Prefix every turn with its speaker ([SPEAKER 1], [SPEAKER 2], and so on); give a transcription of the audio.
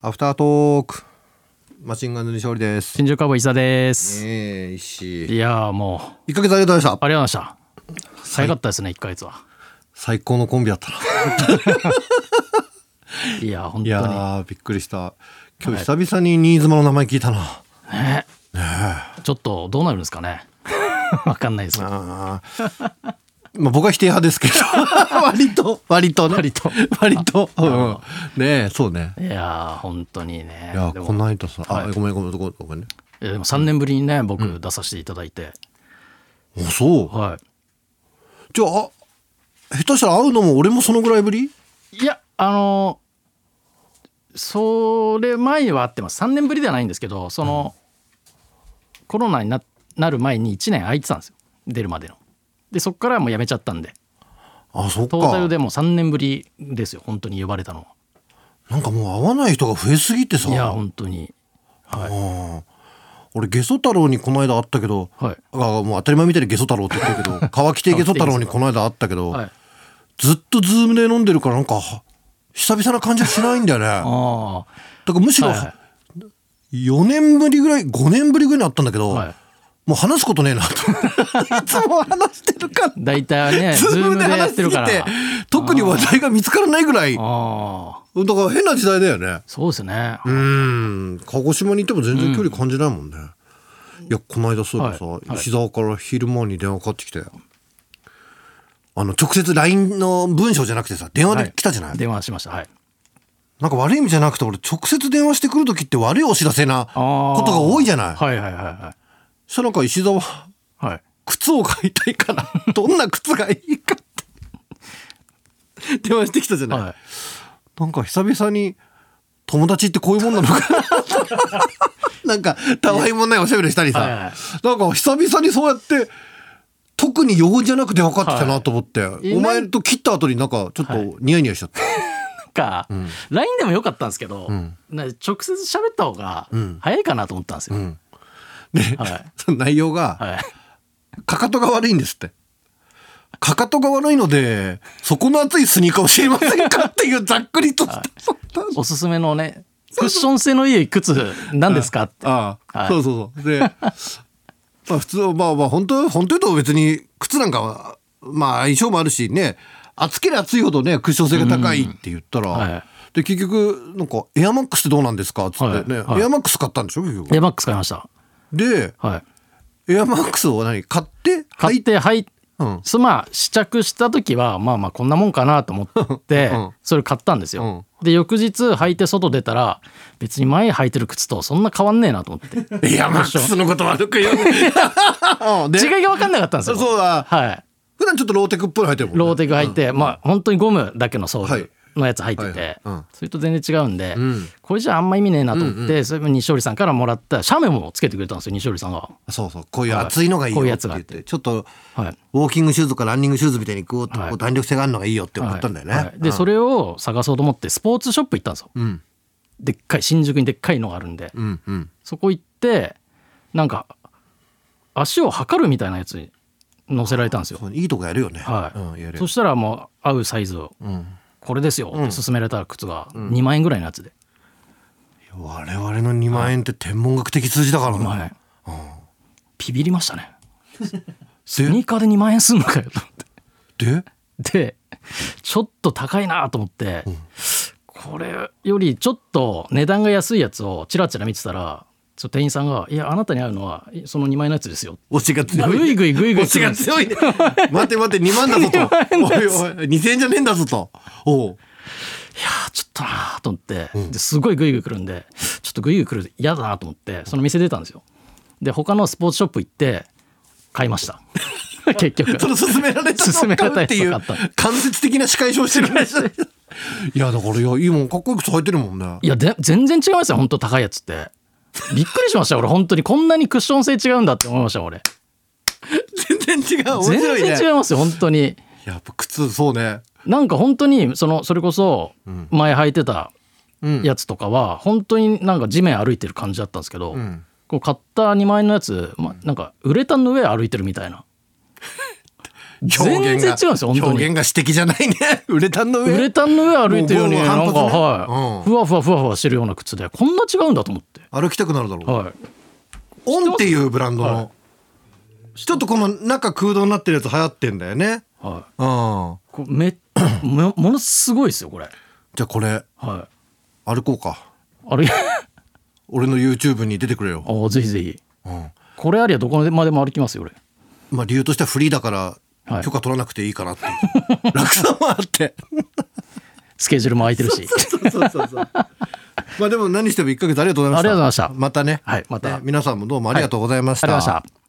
[SPEAKER 1] アフタートークマシンガンズに勝利です。
[SPEAKER 2] 新宿カウボーイ石田です、
[SPEAKER 1] ええ石
[SPEAKER 2] いやーもう
[SPEAKER 1] 一ヶ月ありがとうございました。
[SPEAKER 2] ありがとうございました早かったですね、一1ヶ月は
[SPEAKER 1] 最高のコンビだったな。
[SPEAKER 2] いやー本
[SPEAKER 1] いや
[SPEAKER 2] 当
[SPEAKER 1] ーびっくりした。今日久々に新妻の名前聞いた な。
[SPEAKER 2] にねちょっとどうなるんですかねわかんないです
[SPEAKER 1] あーまあ僕は否定派 ですけど割と割とね
[SPEAKER 2] 割と
[SPEAKER 1] 割と、うん、ねえそうね。
[SPEAKER 2] いやー本当にね
[SPEAKER 1] いやー
[SPEAKER 2] でも
[SPEAKER 1] この間さ、
[SPEAKER 2] は
[SPEAKER 1] あ
[SPEAKER 2] い
[SPEAKER 1] ごめんごめんごめんごめんね。
[SPEAKER 2] いやでも3年ぶりにね僕出させていただいて、
[SPEAKER 1] おそう。
[SPEAKER 2] は
[SPEAKER 1] じゃああ下手したら会うのも俺もそのぐらいぶり？
[SPEAKER 2] いいやあのーそれ前には会ってます3年ぶりではないんですけどその、コロナにななる前に1年空いてたんですよ出るまでのでそっからもうやめちゃったんで
[SPEAKER 1] あそっか。
[SPEAKER 2] トータルでもう3年ぶりですよ本当に呼ばれたのは
[SPEAKER 1] なんかもう会わない人が増えすぎてさ。
[SPEAKER 2] いや本当に
[SPEAKER 1] ああ俺ゲソ太郎にこの間会ったけど、
[SPEAKER 2] はい
[SPEAKER 1] あもう当たり前みたいにゲソ太郎って言ってるけど川北ゲソ太郎にこの間会ったけど、
[SPEAKER 2] はい
[SPEAKER 1] ずっとズームで飲んでるからなんかは久々な感じはしないんだよねだか
[SPEAKER 2] あ
[SPEAKER 1] らむし
[SPEAKER 2] あ
[SPEAKER 1] ろ
[SPEAKER 2] はいは
[SPEAKER 1] 4年ぶりぐらい5年ぶりぐらいに会ったんだけど、
[SPEAKER 2] はい
[SPEAKER 1] もう話すことねえな といつも話してるから
[SPEAKER 2] い大体は ねズ
[SPEAKER 1] ズー
[SPEAKER 2] ー
[SPEAKER 1] ム
[SPEAKER 2] ム
[SPEAKER 1] で
[SPEAKER 2] でやっ
[SPEAKER 1] 話してす
[SPEAKER 2] る
[SPEAKER 1] ぎ
[SPEAKER 2] から
[SPEAKER 1] て
[SPEAKER 2] あ
[SPEAKER 1] 特に話題が見つからないぐらいだか
[SPEAKER 2] あ
[SPEAKER 1] ら変な時代だよね
[SPEAKER 2] そうですね
[SPEAKER 1] うーん鹿児島にいても全然距離感じないもんね、いやこの間そういえばさ、
[SPEAKER 2] はいはい
[SPEAKER 1] 石沢から昼間に電話かかってきてあの直接 LINE の文章じゃなくてさ電話
[SPEAKER 2] は
[SPEAKER 1] で来たじゃない、
[SPEAKER 2] 電話しましたはい
[SPEAKER 1] なんか悪い意味じゃなくて俺直接電話してくる時って悪いお知らせな
[SPEAKER 2] ああ
[SPEAKER 1] ことが多いじゃない、
[SPEAKER 2] はいはいはいは
[SPEAKER 1] そしたらなんか石沢
[SPEAKER 2] いはい
[SPEAKER 1] 靴を買いたいからどんな靴がいいか って電話してきたじゃない、
[SPEAKER 2] はい
[SPEAKER 1] なんか久々に友達ってこういうもんなのかな なんかたわいもないおしゃべりしたりさ、
[SPEAKER 2] はいはい
[SPEAKER 1] なんか久々にそうやって特に用事じゃなくて分かってきたなと思って、
[SPEAKER 2] い
[SPEAKER 1] お前と切った後になんかちょっとニヤニヤしちゃった、
[SPEAKER 2] なんか LINE でもよかったんですけどな直接喋った方が早いかなと思ったんですよ
[SPEAKER 1] んで、
[SPEAKER 2] はい
[SPEAKER 1] その内容が、
[SPEAKER 2] はい
[SPEAKER 1] かかとが悪いんですってかかとが悪いので底の厚いスニーカー教えませんかっていうざっくりとした、そんな
[SPEAKER 2] おすすめのねクッション性のいい靴何ですかって
[SPEAKER 1] ああ、
[SPEAKER 2] はい
[SPEAKER 1] そうそうそう。で、ま あ普通はまあまあ本当本当言うと別に靴なんかはまあ相性もあるしね、厚ければ厚いほどねクッション性が高いって言ったら、
[SPEAKER 2] はい
[SPEAKER 1] で結局なんかエアマックスってどうなんですかっつってね、
[SPEAKER 2] はいはい
[SPEAKER 1] エアマックス買ったんでしょ結局。
[SPEAKER 2] エマックス買いました
[SPEAKER 1] で、
[SPEAKER 2] はい
[SPEAKER 1] エアマックスを何買って
[SPEAKER 2] 買
[SPEAKER 1] 履
[SPEAKER 2] っ
[SPEAKER 1] いて、
[SPEAKER 2] てはい
[SPEAKER 1] うん
[SPEAKER 2] そまあ試着した時はまあまあこんなもんかなと思って
[SPEAKER 1] うん
[SPEAKER 2] それ買ったんですよ、で翌日履いて外出たら別に前履いてる靴とそんな変わんねえなと思って
[SPEAKER 1] エアマックスのこと悪く言うね。 うん で
[SPEAKER 2] 違いが分かんなかったんですよ
[SPEAKER 1] そうだ
[SPEAKER 2] はい
[SPEAKER 1] 普段ちょっとローテクっぽいの履いてるもんね。
[SPEAKER 2] ローテク履いて、まあ本当にゴムだけのソールのやつ履い
[SPEAKER 1] は
[SPEAKER 2] て
[SPEAKER 1] いはい
[SPEAKER 2] て、
[SPEAKER 1] うん
[SPEAKER 2] それと全然違うんで、
[SPEAKER 1] ん
[SPEAKER 2] これじゃあんま意味ねえなと思って、それも西織さんからもらったシャメもつけてくれたんですよ西織さんが
[SPEAKER 1] そうそうこういう厚いのがいいよって言っ
[SPEAKER 2] はいこういうやつ
[SPEAKER 1] て、ちょっと。
[SPEAKER 2] はい
[SPEAKER 1] ウォーキングシューズとかランニングシューズみたいにこうこ
[SPEAKER 2] は
[SPEAKER 1] う
[SPEAKER 2] い
[SPEAKER 1] 弾力性があるのがいいよって思ったんだよね。
[SPEAKER 2] はいはいでそれを探そうと思ってスポーツショップ行ったんですよ
[SPEAKER 1] うん
[SPEAKER 2] でっかい新宿にでっかいのがあるんで、
[SPEAKER 1] うんうん。
[SPEAKER 2] そこ行ってなんか足を測るみたいなやつに乗せられたんですよ。
[SPEAKER 1] そういいとこやるよね。
[SPEAKER 2] はい
[SPEAKER 1] うん、やる
[SPEAKER 2] そ。したらもう合うサイズを
[SPEAKER 1] うん。
[SPEAKER 2] これですよって勧められた靴が2万円ぐらいのやつで、
[SPEAKER 1] 我々の2万円って天文学的数字だから
[SPEAKER 2] は
[SPEAKER 1] な。
[SPEAKER 2] いビビりましたねス
[SPEAKER 1] で
[SPEAKER 2] ニーカーで2万円すんのかよと思
[SPEAKER 1] で
[SPEAKER 2] ってでちょっと高いなと思って、これよりちょっと値段が安いやつをチラチラ見てたらちょっと店員さんが「いやあなたに合うのはその2万円のやつですよ」
[SPEAKER 1] 推しが強い。
[SPEAKER 2] ぐいぐいぐいぐい
[SPEAKER 1] 推しが強いね。待って待って2万だぞと。おいおい2000円じゃねえんだぞと。おう。
[SPEAKER 2] いやーちょっとなーと思って、ですごいグイグイ来るんでちょっとグイグイ来るの嫌だなと思ってその店出たんですよで他のスポーツショップ行って買いました 結局
[SPEAKER 1] その勧められたの
[SPEAKER 2] 勧められたや
[SPEAKER 1] って
[SPEAKER 2] つ
[SPEAKER 1] いう
[SPEAKER 2] 分かっ
[SPEAKER 1] 間接的な仕返しをしてるんです。いやだからいやいいもんかっこいい靴履いてるもんね
[SPEAKER 2] い。やで全然違いますよ本当高いやつってびっくりしましたよ俺本当にこんなにクッション性違うんだって思いましたよ俺
[SPEAKER 1] 全然違う。面
[SPEAKER 2] 全
[SPEAKER 1] 白いね。
[SPEAKER 2] 然違いますよ本当に
[SPEAKER 1] やっぱ靴そうね。
[SPEAKER 2] なんか本当にそのそれこそ前履いてた
[SPEAKER 1] うん。
[SPEAKER 2] やつとかは本当になんか地面歩いてる感じだったんですけど、
[SPEAKER 1] ん
[SPEAKER 2] こう買った2万円のやつ、ま、なんかウレタンの上歩いてるみたいな
[SPEAKER 1] 表現が
[SPEAKER 2] 全然違うんですよ本当に
[SPEAKER 1] 表現が指摘じゃ ないねウレタンの上
[SPEAKER 2] ウレタンの上歩いてるように
[SPEAKER 1] もう
[SPEAKER 2] なんか、
[SPEAKER 1] もう反発ね
[SPEAKER 2] は
[SPEAKER 1] うん
[SPEAKER 2] い、ふわふわふわふわしてるような靴でこんな違うんだと思って、
[SPEAKER 1] 歩きたくなるだろう、
[SPEAKER 2] は
[SPEAKER 1] オンっていうブランドの、
[SPEAKER 2] はい
[SPEAKER 1] ちょっとこの中空洞になってるやつ流行ってんだよね
[SPEAKER 2] い
[SPEAKER 1] う
[SPEAKER 2] はい、
[SPEAKER 1] ん
[SPEAKER 2] こうめ もものすごいですよこれ、
[SPEAKER 1] じゃあこれ
[SPEAKER 2] はい、
[SPEAKER 1] 歩こうか
[SPEAKER 2] あれ
[SPEAKER 1] 俺の YouTube に出てくれよ、
[SPEAKER 2] あぜひぜひ
[SPEAKER 1] うん、
[SPEAKER 2] これありゃどこまでも歩きますよ俺
[SPEAKER 1] まあ理由としてはフリーだから
[SPEAKER 2] はい
[SPEAKER 1] 許可取らなくていいかなっていう、 楽さもあって
[SPEAKER 2] スケジュールも空いてるし
[SPEAKER 1] そうそうそう そうまあでも何しても1ヶ月ありがとうございました
[SPEAKER 2] ありがとうございました
[SPEAKER 1] またね
[SPEAKER 2] はいまた
[SPEAKER 1] ね皆さんもどうもありがとうございました、
[SPEAKER 2] ありがとうございました